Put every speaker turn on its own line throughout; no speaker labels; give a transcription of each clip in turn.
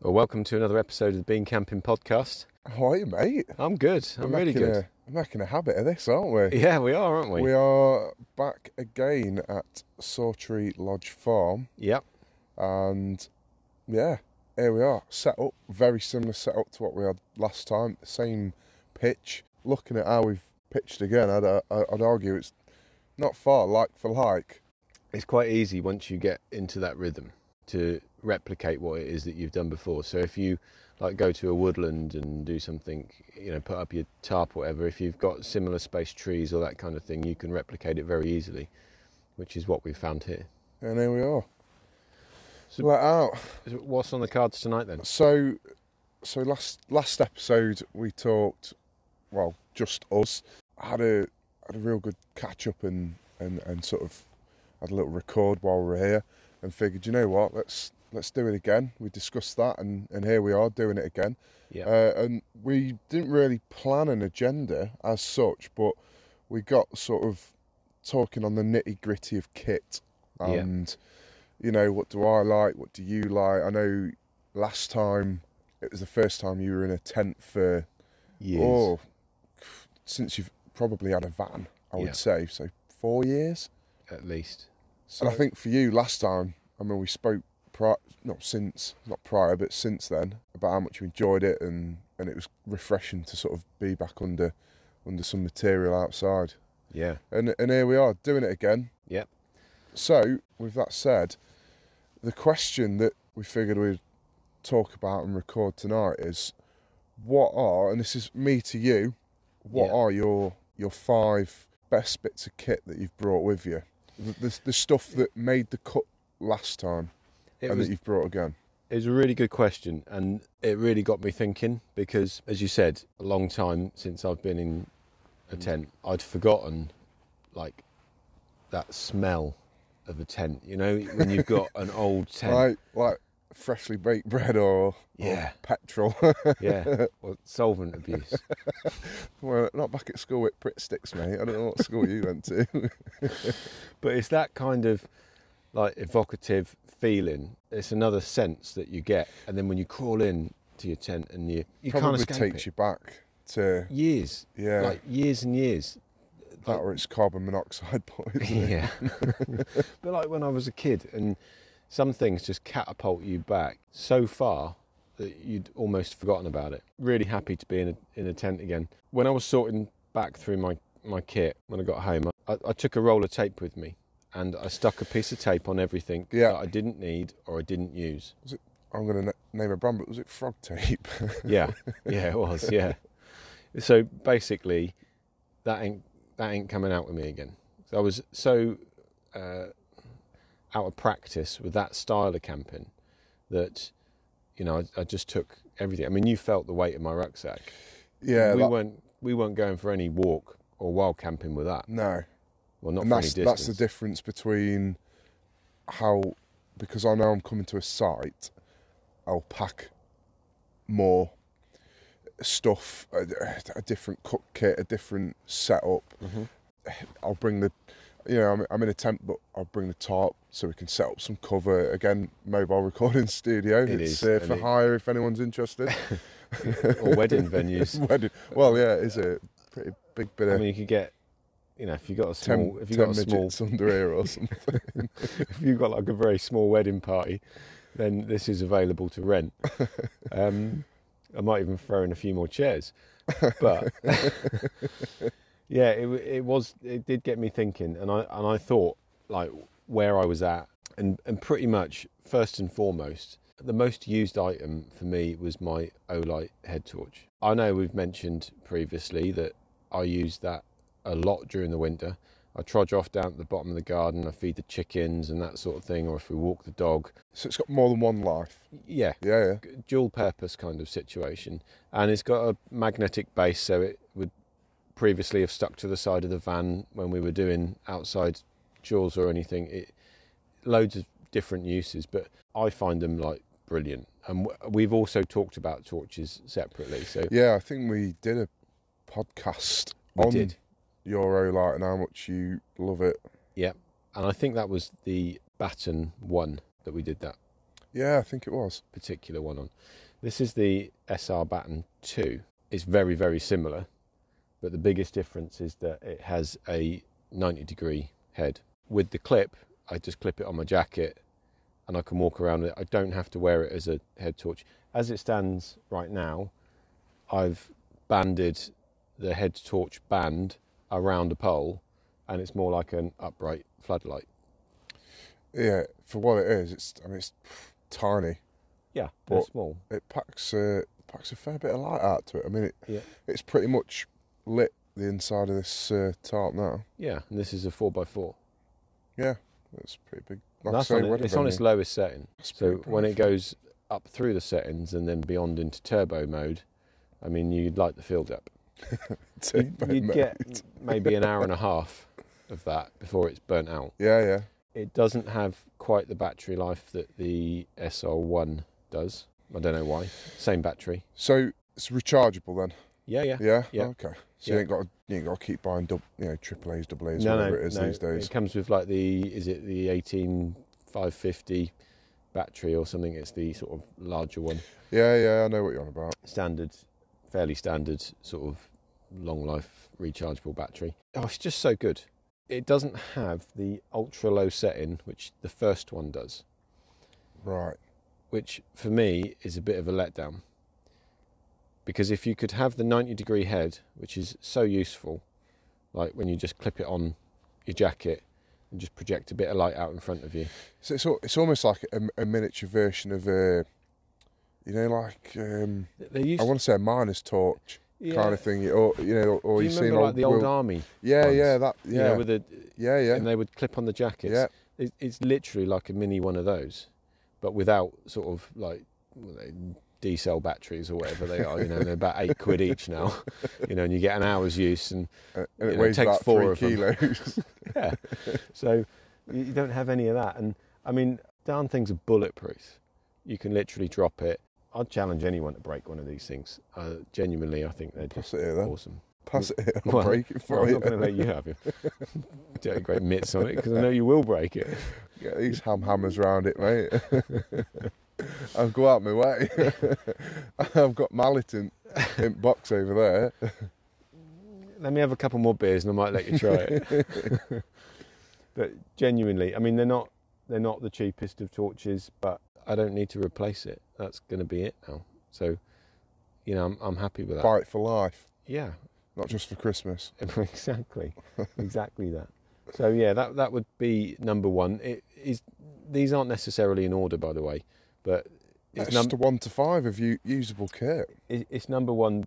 welcome to another episode of the Bean Camping Podcast.
How are you, mate?
I'm good. I'm
We're
really
making
good.
A, we're making a habit of this, aren't we?
Yeah, we are, aren't we?
We are back again at Sawtree Lodge Farm,
Yep.
and yeah, here we are. Set up very similar setup to what we had last time. Same pitch. Looking at how we've pitched again, I'd uh, I'd argue it's not far like for like.
It's quite easy once you get into that rhythm to replicate what it is that you've done before. So if you like go to a woodland and do something, you know, put up your tarp or whatever, if you've got similar space trees or that kind of thing, you can replicate it very easily, which is what we've found here.
And here we are.
So-
Let out.
So what's on the cards tonight then?
So, so last last episode we talked, well, just us had a had a real good catch up and and and sort of had a little record while we were here and figured, you know what, let's let's do it again. We discussed that and and here we are doing it again.
Yeah.
Uh, and we didn't really plan an agenda as such, but we got sort of talking on the nitty gritty of kit
Yeah.
and you know what do I like, what do you like? I know last time it was the first time you were in a tent for
Years.
oh since you've probably had a van, I
Yeah.
would say so four years.
At least.
And I think for you last time, I mean, we spoke prior, not since, not prior, but since then about how much you enjoyed it and and it was refreshing to sort of be back under under some material outside.
Yeah.
And and here we are doing it again.
Yep.
So with that said, the question that we figured we'd talk about and record tonight is what are and this is me to you, what
Yeah.
are your your five best bits of kit that you've brought with you? The, the, the stuff that made the cut last time
It
and
was
that you've brought again.
It was a really good question, and it really got me thinking because, as you said, a long time since I've been in
Mm.
a tent, I'd forgotten like that smell of a tent. You know, when you've got an old tent,
Like like freshly baked bread or,
Yeah.
or petrol.
yeah, or solvent abuse.
well, not back at school with Pritt sticks, mate. I don't know what school you went to.
but it's that kind of like evocative feeling. It's another sense that you get, and then when you crawl in to your tent and you you can't
Probably
escape
takes
it.
you back to
years,
Yeah.
like years and years.
that or it's carbon monoxide poisoning.
yeah. but like when I was a kid, and some things just catapult you back so far that you'd almost forgotten about it. Really happy to be in a, in a tent again. When I was sorting back through my, my kit when I got home, I, I took a roll of tape with me and I stuck a piece of tape on everything
Yeah.
that I didn't need or I didn't use.
I'm going to name a brand, but was it Frog Tape?
Yeah, yeah, it was, yeah. So basically, that ain't that ain't coming out with me again. I was so uh, out of practice with that style of camping that you know I, I just took everything. I mean, you felt the weight of my rucksack.
yeah,
we
that-
weren't we weren't going for any walk or wild camping with that.
no.
Well, not
And
for any
that's
distance.
that's the difference between how because I know I'm coming to a site, I'll pack more stuff, a, a different cook kit, a different setup.
Mm-hmm.
I'll bring the, you know, I'm, I'm in a tent, but I'll bring the tarp so we can set up some cover. Again, mobile recording studio.
It is,
it's uh,
and
for
it-
hire if anyone's interested.
or wedding venues.
Wedding. Well, yeah, it's a pretty big bit
I
of
mean, you could get you know if you got a
ten,
small if you
ten
got a small
midgets under here or something.
if you've got like a very small wedding party, then this is available to rent. Um, I might even throw in a few more chairs, but yeah, it, wa- it was it did get me thinking, and I and I thought like where I was at, and and pretty much first and foremost, the most used item for me was my Olight head torch. I know we've mentioned previously that I use that a lot during the winter. I trudge off down at the bottom of the garden, I feed the chickens and that sort of thing, or if we walk the dog.
So it's got more than one life.
Yeah,
Yeah, yeah.
dual purpose kind of situation. And it's got a magnetic base, so it would previously have stuck to the side of the van when we were doing outside chores or anything. It loads of different uses, but I find them like brilliant. And w- we've also talked about torches separately, so
Yeah, I think we did a podcast
we
on
did.
your light and how much you love it.
Yeah, and I think that was the Baton one that we did that
Yeah, I think it was.
particular one on. This is the SR Baton 2. It's very, very similar, but the biggest difference is that it has a 90 degree head. With the clip, I just clip it on my jacket and I can walk around with it. I don't have to wear it as a head torch. As it stands right now, I've banded the head torch band around a pole and it's more like an upright floodlight.
Yeah, for what it is, it's I mean it's tiny.
Yeah, they're
But-
small.
It packs a packs a fair bit of light out to it. I mean, it,
Yeah.
it's pretty much lit the inside of this uh, tarp now.
Yeah, and this is a 4x4.
Yeah, it's pretty big. Like I
That's
say,
on it-
wedding
it's on
venue.
its lowest setting.
That's
So
pretty
when it
brave.
goes up through the settings and then beyond into turbo mode, I mean, you'd light the field up. You'd,
Turbo
you'd
mode.
get m- maybe an hour and a half of that before it's burnt out.
Yeah, yeah.
It doesn't have quite the battery life that the SR1 does. I don't know why. Same battery.
So it's rechargeable then.
Yeah, yeah.
Yeah.
Yeah.
Okay. So
Yeah.
you ain't got to, you ain't got to keep buying double, you know, triple A's, double A's,
no,
whatever
no,
it is
no.
these days.
It comes with like the is it the 18550 battery or something? It's the sort of larger one.
Yeah, yeah. I know what you're on about.
standard, fairly standard sort of long life rechargeable battery. Oh, it's just so good. It doesn't have the ultra low setting, which the first one does,
Right.
which for me is a bit of a letdown. Because if you could have the 90 degree head, which is so useful, like when you just clip it on your jacket and just project a bit of light out in front of you.
So it's al- it's almost like a, a miniature version of a, you know, like um,
They used
I want to say a minus torch
yeah.
kind of thing. Or you know, or
Do you
you've seen
remember like the old
Will-
army?
Yeah,
ones?
yeah. That.
you know,
Yeah.
with the
yeah, yeah.
and they would clip on the jackets.
Yeah.
It, it's literally like a mini one of those, but without sort of like D cell batteries or whatever they are. You know, and they're about eight quid each now. You know, and you get an hour's use, and
and
you
it
know,
weighs
takes
about
four
three
of them.
kilos.
yeah, so you you don't have any of that. And I mean, darn things are bulletproof. You can literally drop it. I'd challenge anyone to break one of these things. Uh, genuinely, I think they're just
Pass it here then.
awesome.
Pass it here. I'll
Well,
break it
Well,
for
I'm
you.
not going to let you have your dirty great mitts on it because I know you will break it.
Get these ham hammers round it, mate. I'll go out my way. I've got mallet in, in box over there.
let me have a couple more beers and I might let you try it. but genuinely, I mean, they're not they're not the cheapest of torches, but I don't need to replace it. That's going to be it now. So, you know, I'm I'm happy with that.
Buy it for life,
Yeah,
not just for Christmas.
exactly, exactly that. So yeah, that that would be number one. It is these aren't necessarily in order, by the way, but
It's
it's,
just
num-
a one to five of u- usable kit.
it- it's number one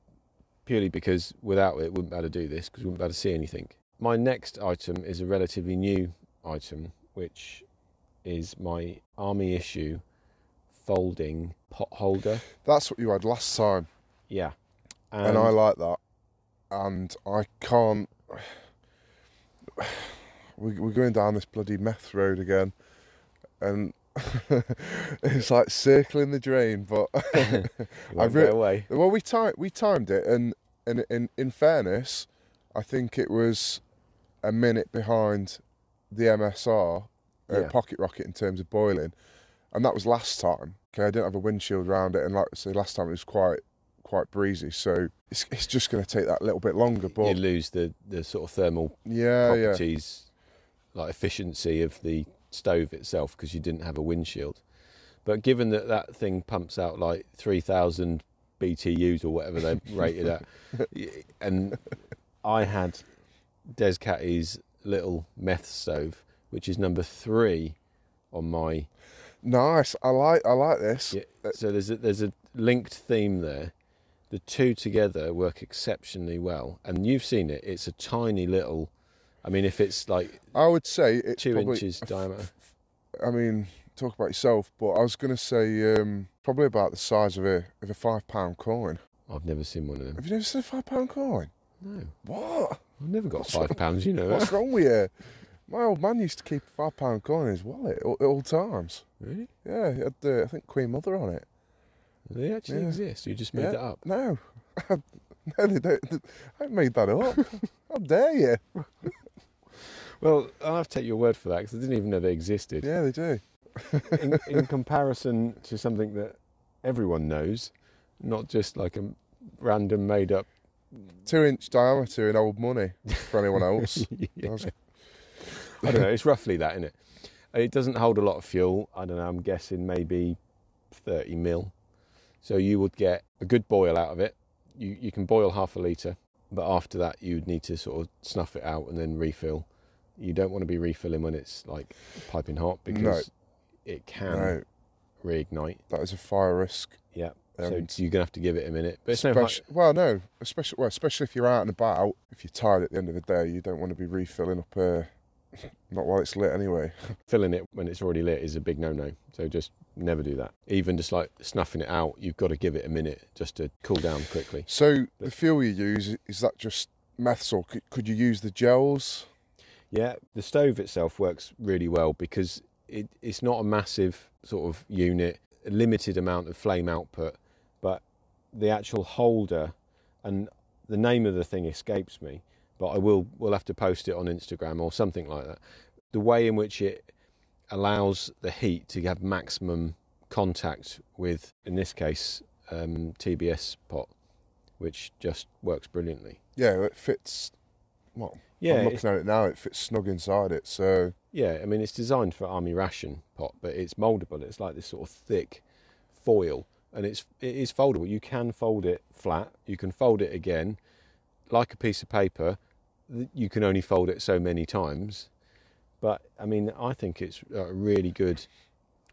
purely because without it, wouldn't be able to do this because we wouldn't be able to see anything. My next item is a relatively new item, which is my army issue folding pot holder.
That's what you had last time,
Yeah,
and,
Um,
I like that. And I can't. We, we're going down this bloody meth road again, and it's like circling the drain, but.
I
I re-
away.
Well, we timed we timed it, and and in in fairness, I think it was a minute behind the MSR uh,
Yeah.
pocket rocket in terms of boiling, and that was last time. Okay, I didn't have a windshield round it, and like I say, last time it was quite quite breezy, so it's it's just going to take that little bit longer.
You
But
lose the the sort of thermal
yeah, Oh, yeah,
properties, like efficiency of the stove itself, because you didn't have a windshield. But given that that thing pumps out like 3,000 BTUs or whatever they're rated at, y- and I had Descatty's little meth stove, which is number three on my.
nice. I like I like this.
yeah, So there's a, there's a linked theme there. The two together work exceptionally well, and you've seen it. It's a tiny little. I mean, if it's like
I would say it's
two
probably,
inches diameter.
I mean, talk about yourself, but I was going to say um, probably about the size of a of a five pound coin.
I've never seen one of them.
Have you never seen a five pound coin?
No,
What?
I've never got five pounds. You know,
What's wrong with you? My old man used to keep a five pound coin in his wallet at all times.
really?
Yeah, he had the, I think Queen Mother on it.
Do they actually
Yeah.
exist? You just made
Yeah.
that up.
No, no, they don't. I made that up. How dare you?
Well, I'll have to take your word for that because I didn't even know they existed.
Yeah, they do.
In, in comparison to something that everyone knows, not just like a random made up.
Two inch diameter in old money for anyone else.
I
That's-
don't know. It's roughly that, isn't it? It doesn't hold a lot of fuel. I don't know. I'm guessing maybe 30 mil. So you would get a good boil out of it. You you can boil half a liter, but after that you would need to sort of snuff it out and then refill. You don't want to be refilling when it's like piping hot because it can
no,
reignite.
that is a fire risk.
Yeah.
And
so you're gonna have to give it a minute. But it's no hi-
Speci- well, no, especially well, especially if you're out and about. If you're tired at the end of the day, you don't want to be refilling up. Uh, not while it's lit, anyway.
filling it when it's already lit is a big no-no. So just never do that. Even just like snuffing it out, you've got to give it a minute just to cool down quickly.
So the fuel you use is that just meths, or could, could you use the gels?
Yeah, the stove itself works really well because it, it's not a massive sort of unit, a limited amount of flame output, but the actual holder and the name of the thing escapes me, but I will we'll have to post it on Instagram or something like that. The way in which it allows the heat to have maximum contact with, in this case, um, TBS pot, which just works brilliantly.
Yeah, it fits. Well,
Yeah,
I'm
it's-
looking at it now. It fits snug inside it. So
Yeah, I mean it's designed for army ration pot, but it's moldable. It's like this sort of thick foil, and it's it is foldable. You can fold it flat. You can fold it again, like a piece of paper. th- You can only fold it so many times, but I mean I think it's a really good,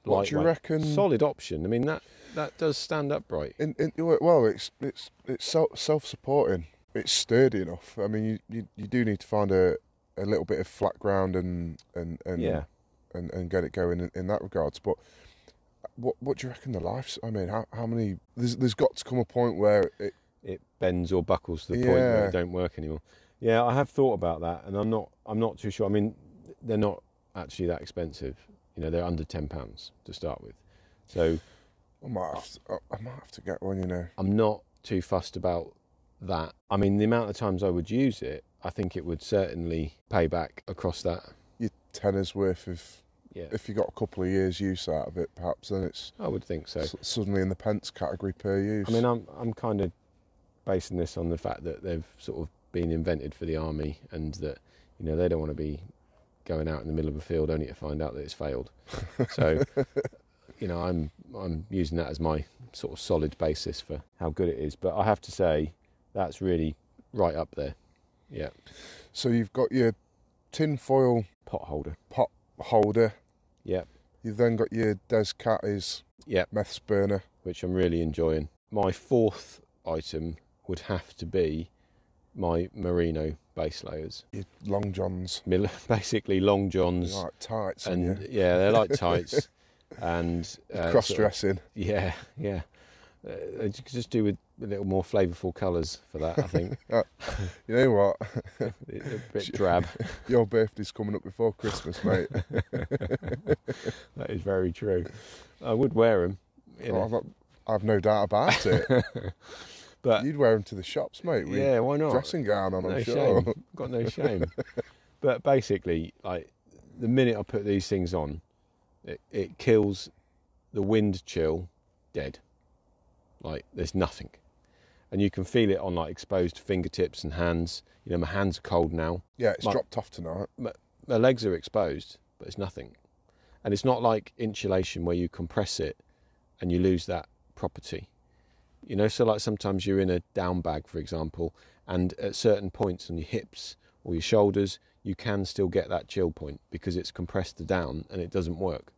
What do you
lightweight,
reckon-
Solid option. I mean that that does stand upright.
In, in, well, it's it's it's self self supporting. It's sturdy enough. I mean, you, you, you do need to find a, a little bit of flat ground and and and
Yeah.
and, and get it going in, in that regards. But uh, what what do you reckon the life's? I mean, how how many? There's there's got to come a point where it.
it bends or buckles to the point where
Yeah.
it don't work anymore. Yeah, I have thought about that, and I'm not I'm not too sure. I mean, they're not actually that expensive. You know, they're under ten pounds to start with, so
I might have to, I, I might have to get one. You know.
I'm not too fussed about that. I mean, the amount of times I would use it, I think it would certainly pay back across that.
your tenner's worth of
Yeah,
if you got a couple of years use out of it perhaps then it's
I would think so.
s- suddenly in the pence category per use
I mean, I'm I'm kind of basing this on the fact that they've sort of been invented for the army, and that you know they don't want to be going out in the middle of a field only to find out that it's failed. So, you know, I'm I'm using that as my sort of solid basis for how good it is. But I have to say, that's really right up there. Yeah,
so you've got your tin foil
pot holder.
pot holder
Yeah,
you've then got your des catties
Yep.
meths burner
which I'm really enjoying. My fourth item would have to be my merino base layers.
your long johns
Mil- basically long johns
your like tights and,
and yeah, they're like tights and uh,
your cross
sort of-
dressing
yeah, yeah. Uh, you could just do with a little more flavourful colours for that. I think
you know what
It- a bit drab.
your birthday's coming up before christmas mate
That is very true. I would wear them, you
Oh,
know,
I've, got- I've no doubt about it
but
you'd wear them to the shops mate with
yeah, why not?
dressing gown on
no
i'm sure
shame. Got no shame. but basically, like the minute I put these things on, it, it kills the wind chill dead. Like there's nothing, and you can feel it on like exposed fingertips and hands. You know, my hands are cold now.
yeah it's
Like-
dropped off tonight
My, my legs are exposed, but it's nothing. And it's not like insulation where you compress it and you lose that property. You know, so like sometimes you're in a down bag, for example, and at certain points on your hips or your shoulders, you can still get that chill point because it's compressed to down and it doesn't work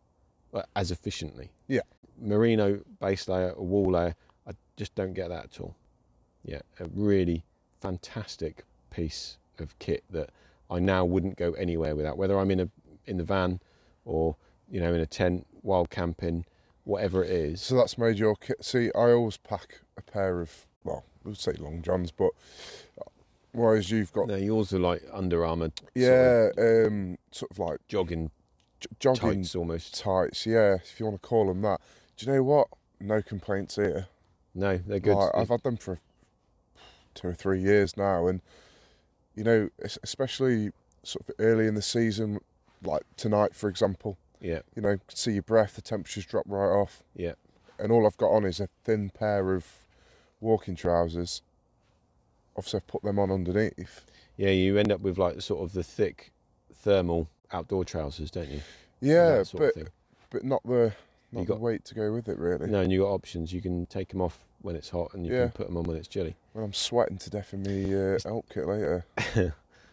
uh, as efficiently.
Yeah.
Merino base layer or wall layer, I just don't get that at all. Yeah, a really fantastic piece of kit that I now wouldn't go anywhere without. Whether I'm in a in the van or you know in a tent, wild camping, whatever it is.
So that's made your kit. See, I always pack a pair of well, we'll say long johns, but uh, whereas you've got
No, yours are like Under Armour, sort of
yeah, um, sort of like
jogging
j- jogging
tights almost.
tights. Yeah, if you want to call them that. Do you know what? No complaints here.
No, they're good.
Like, I've had them for two or three years now, and you know, es- especially sort of early in the season, like tonight, for example.
yeah,
You know, see your breath. The temperatures drop right off.
yeah,
and all I've got on is a thin pair of walking trousers. Obviously, I've put them on underneath.
Yeah, you end up with like sort of the thick thermal outdoor trousers, don't you?
Yeah,
That sort of
but
thing.
but not the
You
not the
got-
weight to go with it really.
No, and you got options. You can take them off when it's hot, and you
Yeah.
can put them on when it's chilly.
When I'm sweating to death in my uh, elk kit later.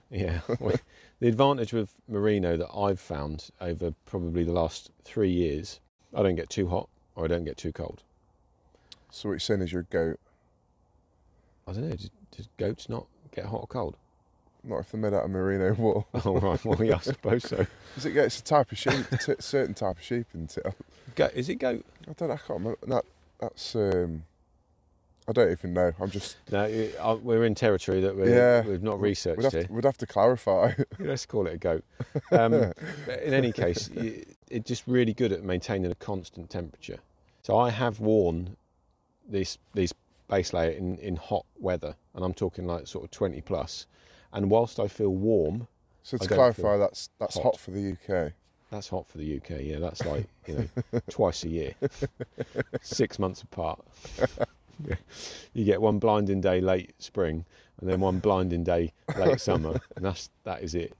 Yeah. Well, the advantage with merino that I've found over probably the last three years, I don't get too hot or I don't get too cold.
So what you're saying is you're a goat.
I don't know. Did, did goats not get hot or cold?
Not if they're made out of merino wool.
Oh right. Well, yeah, I suppose so.
Is it? yeah, It's a type of sheep, t- certain type of sheep, isn't it? I
Go, is it goat?
don't. I can't remember. That that's. Um, I don't even know. I'm just.
No, it- uh, we're in territory that we're,
Yeah.
we've not
We'd
researched
have,
here.
to, we'd have to clarify.
Let's call it a goat. Um, but in any case, y- it's just really good at maintaining a constant temperature. So I have worn these these base layer in, in hot weather, and I'm talking like sort of 20 plus. And whilst I feel warm,
so
I
to
don't
clarify, that's that's
hot.
hot. for the UK.
that's hot for the UK. Yeah, that's like you know twice a year, six months apart. you get one blinding day late spring, and then one blinding day late summer, and that's that is it.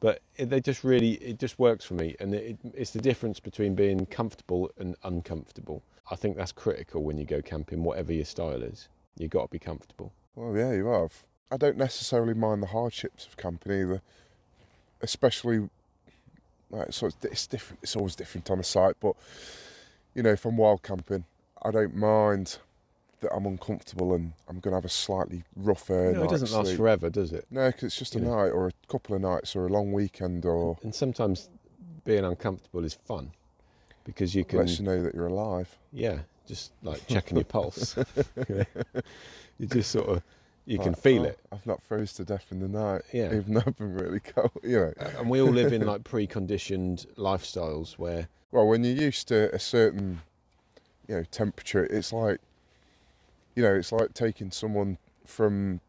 But it, they just really it just works for me, and it, it's the difference between being comfortable and uncomfortable. I think that's critical when you go camping, whatever your style is. You got to be comfortable.
Well, yeah, you have. I don't necessarily mind the hardships of camping either, especially. Like, so it's, it's different. It's always different on a site, but you know, if I'm wild camping, I don't mind that I'm uncomfortable and I'm going to have a slightly rougher.
No, it
night's
doesn't last
sleep.
forever, does it?
No, 'cause it's just a
You know.
night or a couple of nights or a long weekend or
And sometimes being uncomfortable is fun because you can
lets you know that you're alive.
Yeah, just like checking your pulse. you just sort of you can
Like,
feel
"Oh,
it.
I've not froze to death in the night,
Yeah.
even though I've been really cold. You know,
And we all live in like preconditioned lifestyles where
well, when you're used to a certain, you know, temperature, it's like, you know, it's like taking someone from,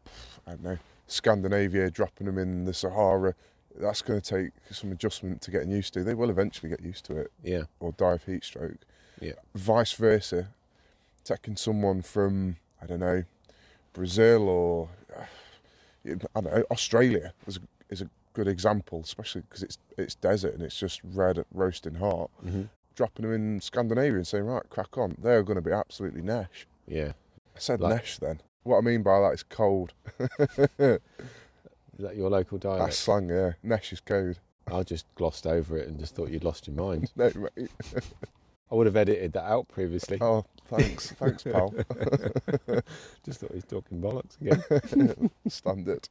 I don't know, Scandinavia, dropping them in the Sahara. That's going to take some adjustment to getting used to. They will eventually get used to it.
yeah,
or die of heat stroke.
Yeah.
Vice versa, taking someone from I don't know Brazil or uh, I don't know Australia is a, is a good example, especially because it's it's desert and it's just red roasting hot.
Mhm.
Dropping them in Scandinavia and saying right, crack on, they're going to be absolutely nesh.
yeah.
I said
Like-
nesh then. What I mean by that is cold.
Is that your local
That's
dialect?
slang, yeah. Nesh is code.
I just glossed over it and just thought you'd lost your mind.
No, mate.
I would have edited that out previously.
Oh, thanks, thanks, pal.
Just thought he's talking bollocks again.
Standard.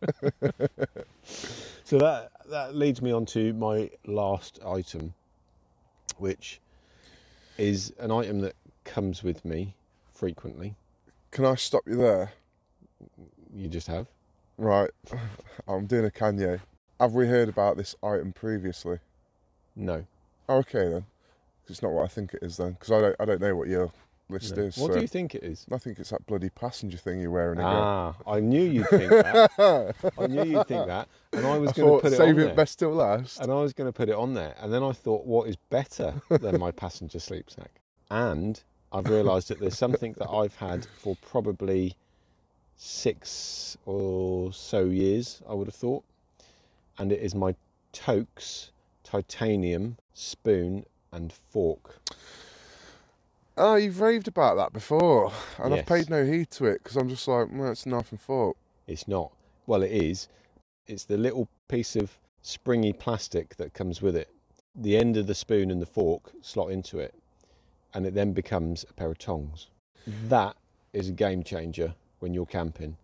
so that that leads me on to my last item, which is an item that comes with me frequently.
Can I stop you there?
You just have.
Right, I'm doing a Kanye. Have we heard about this item previously?
No.
Oh, okay then. 'Cause It's not what I think it is then, because I don't, I don't know what your list
No.
is.
What
so.
do you think it is?
I think it's that bloody passenger thing you're wearing again.
Ah, I knew you'd think that. I knew you'd think that, and I was
I
going
thought
to put it
save
on
it
there.
best till last.
And I was going to put it on there, and then I thought, what is better than my passenger sleep sack? And I've realised that there's something that I've had for probably six or so years, I would have thought, and it is my Tokes titanium spoon and fork.
Oh, you've raved about that before, and
Yes.
I've paid no heed to it because I'm just like, well, it's a knife and fork.
It's not. Well, it is. It's the little piece of springy plastic that comes with it. The end of the spoon and the fork slot into it, and it then becomes a pair of tongs. That is a game changer when you're camping,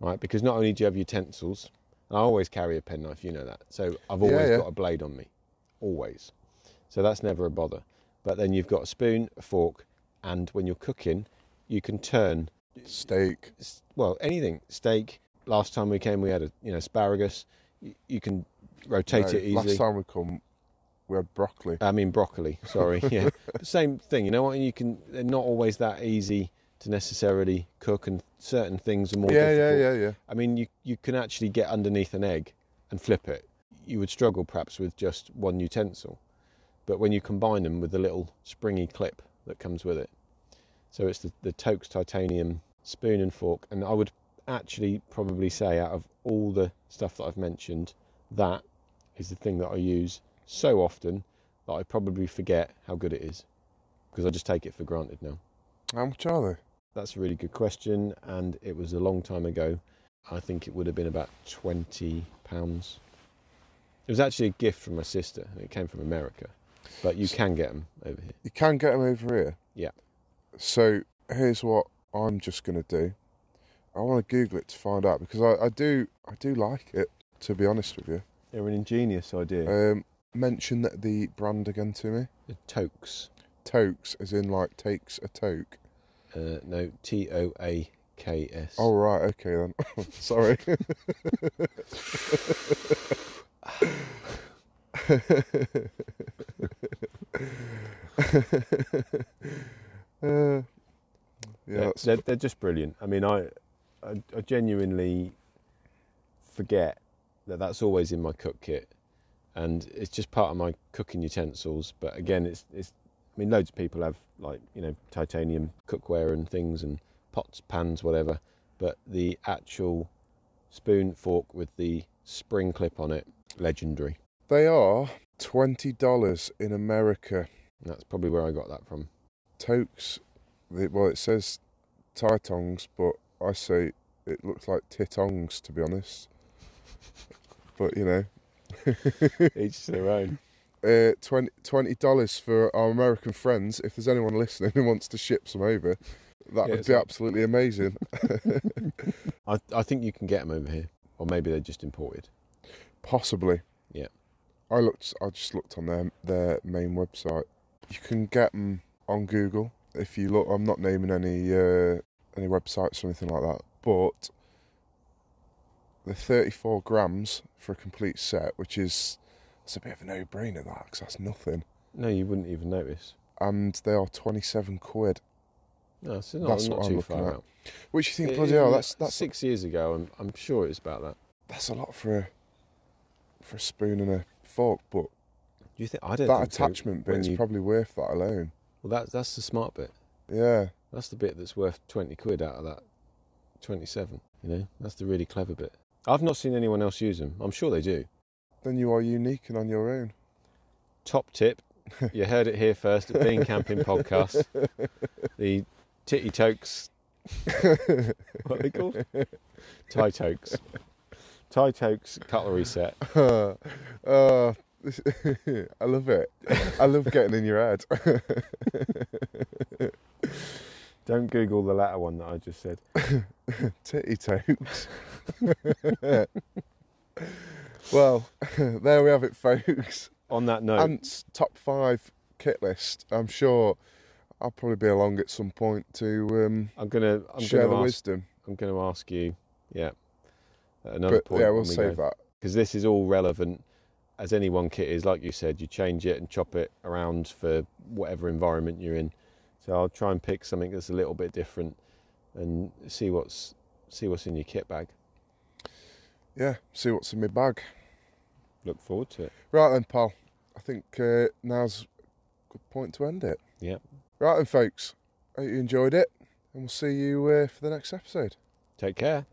right? Because not only do you have utensils, and I always carry a penknife, you know that. So I've always
yeah.
got a blade on me, always. So that's never a bother. But then you've got a spoon, a fork, and when you're cooking, you can turn
Steak.
s- well anything steak last time we came we had a you know asparagus you, you can rotate
No,
it easily
Last time we come, we had broccoli.
i mean broccoli sorry yeah But same thing you know what you can they're not always that easy to necessarily cook and certain things are more
yeah,
difficult
yeah, yeah, yeah.
i mean you you can actually get underneath an egg and flip it you would struggle perhaps with just one utensil but when you combine them with the little springy clip that comes with it so it's the, the Tokes titanium spoon and fork. And I would actually probably say, out of all the stuff that I've mentioned, that is the thing that I use so often that I probably forget how good it is because I just take it for granted now.
How much are
That's a really good question, and it was a long time ago. I think it would have been about twenty pounds. It was actually a gift from my sister, and it came from America, but you can get them over here.
they? You can get them over here.
Yeah.
So here's what I'm just gonna do. I want to Google it to find out because I, I do I do like it. To be honest with you,
They're an ingenious idea.
um, mention that the brand again to me.
The Uh, Tokes,
Tokes, as in like takes a toke.
uh, no T O A K S.
Oh right, okay then. Sorry. Uh, yeah,
they're,
that's,
they're, they're just brilliant. I mean, I, I I genuinely forget that that's always in my cook kit, and it's just part of my cooking utensils. But again, it's it's. I mean, loads of people have like you know titanium cookware and things and pots, pans, whatever. But the actual spoon fork with the spring clip on it, legendary.
they are twenty dollars in America.
And that's probably where I got that from.
Tokes, the, well, it says tie tongs, but I say it looks like titongs to be honest. But you know,
Each to their own.
uh, 20 dollars for our American friends. If there's anyone listening who wants to ship some over, that
Yeah,
would
it's
be
like-
absolutely amazing.
I I think you can get them over here, or maybe they're just imported.
Possibly.
Yeah.
I looked. I just looked on their their main website. You can get them on Google if you look. I'm not naming any uh, any websites or anything like that, but they're 34 grams for a complete set, which is it's a bit of a no-brainer that because that's nothing.
No, you wouldn't even notice.
And they are 27 quid.
No, so not,
That's
not
what I'm
too
looking
far
at.
out.
Which you think,
It-
bloody
it-
hell, that's that's
six years ago. I'm, I'm sure it's about that.
that's a lot for a for a spoon and a fork, but
Do you think I don't?
that
think so.
attachment bit
when
is
you-
probably worth that alone.
Well, that's that's the smart bit.
Yeah.
That's the bit that's worth twenty quid out of that twenty-seven. You know, that's the really clever bit. I've not seen anyone else use them. I'm sure they do.
Then you are unique and on your own.
Top tip. You heard it here first at Being Camping Podcast. The titty tokes. what are they called? Tie tokes. Tie tokes cutlery set.
Uh, uh, this- I love it. I love getting in your head.
Don't Google the latter one that I just said.
Titty totes. well, there we have it, folks.
On that note,
Ant's top five kit list. I'm sure I'll probably be along at some point to um,
I'm gonna I'm
share the
gonna ask,
wisdom.
I'm gonna ask you, yeah, at another
But
point.
yeah, we'll save that.
because this is all relevant as any one kit is. Like you said, you change it and chop it around for whatever environment you're in. So I'll try and pick something that's a little bit different and see what's see what's in your kit bag.
Yeah, see what's in my bag.
Look forward to it.
Right then, pal. I think uh, now's a good point to end it.
Yep.
Right then, folks. Hope you enjoyed it, and we'll see you uh, for the next episode.
Take care.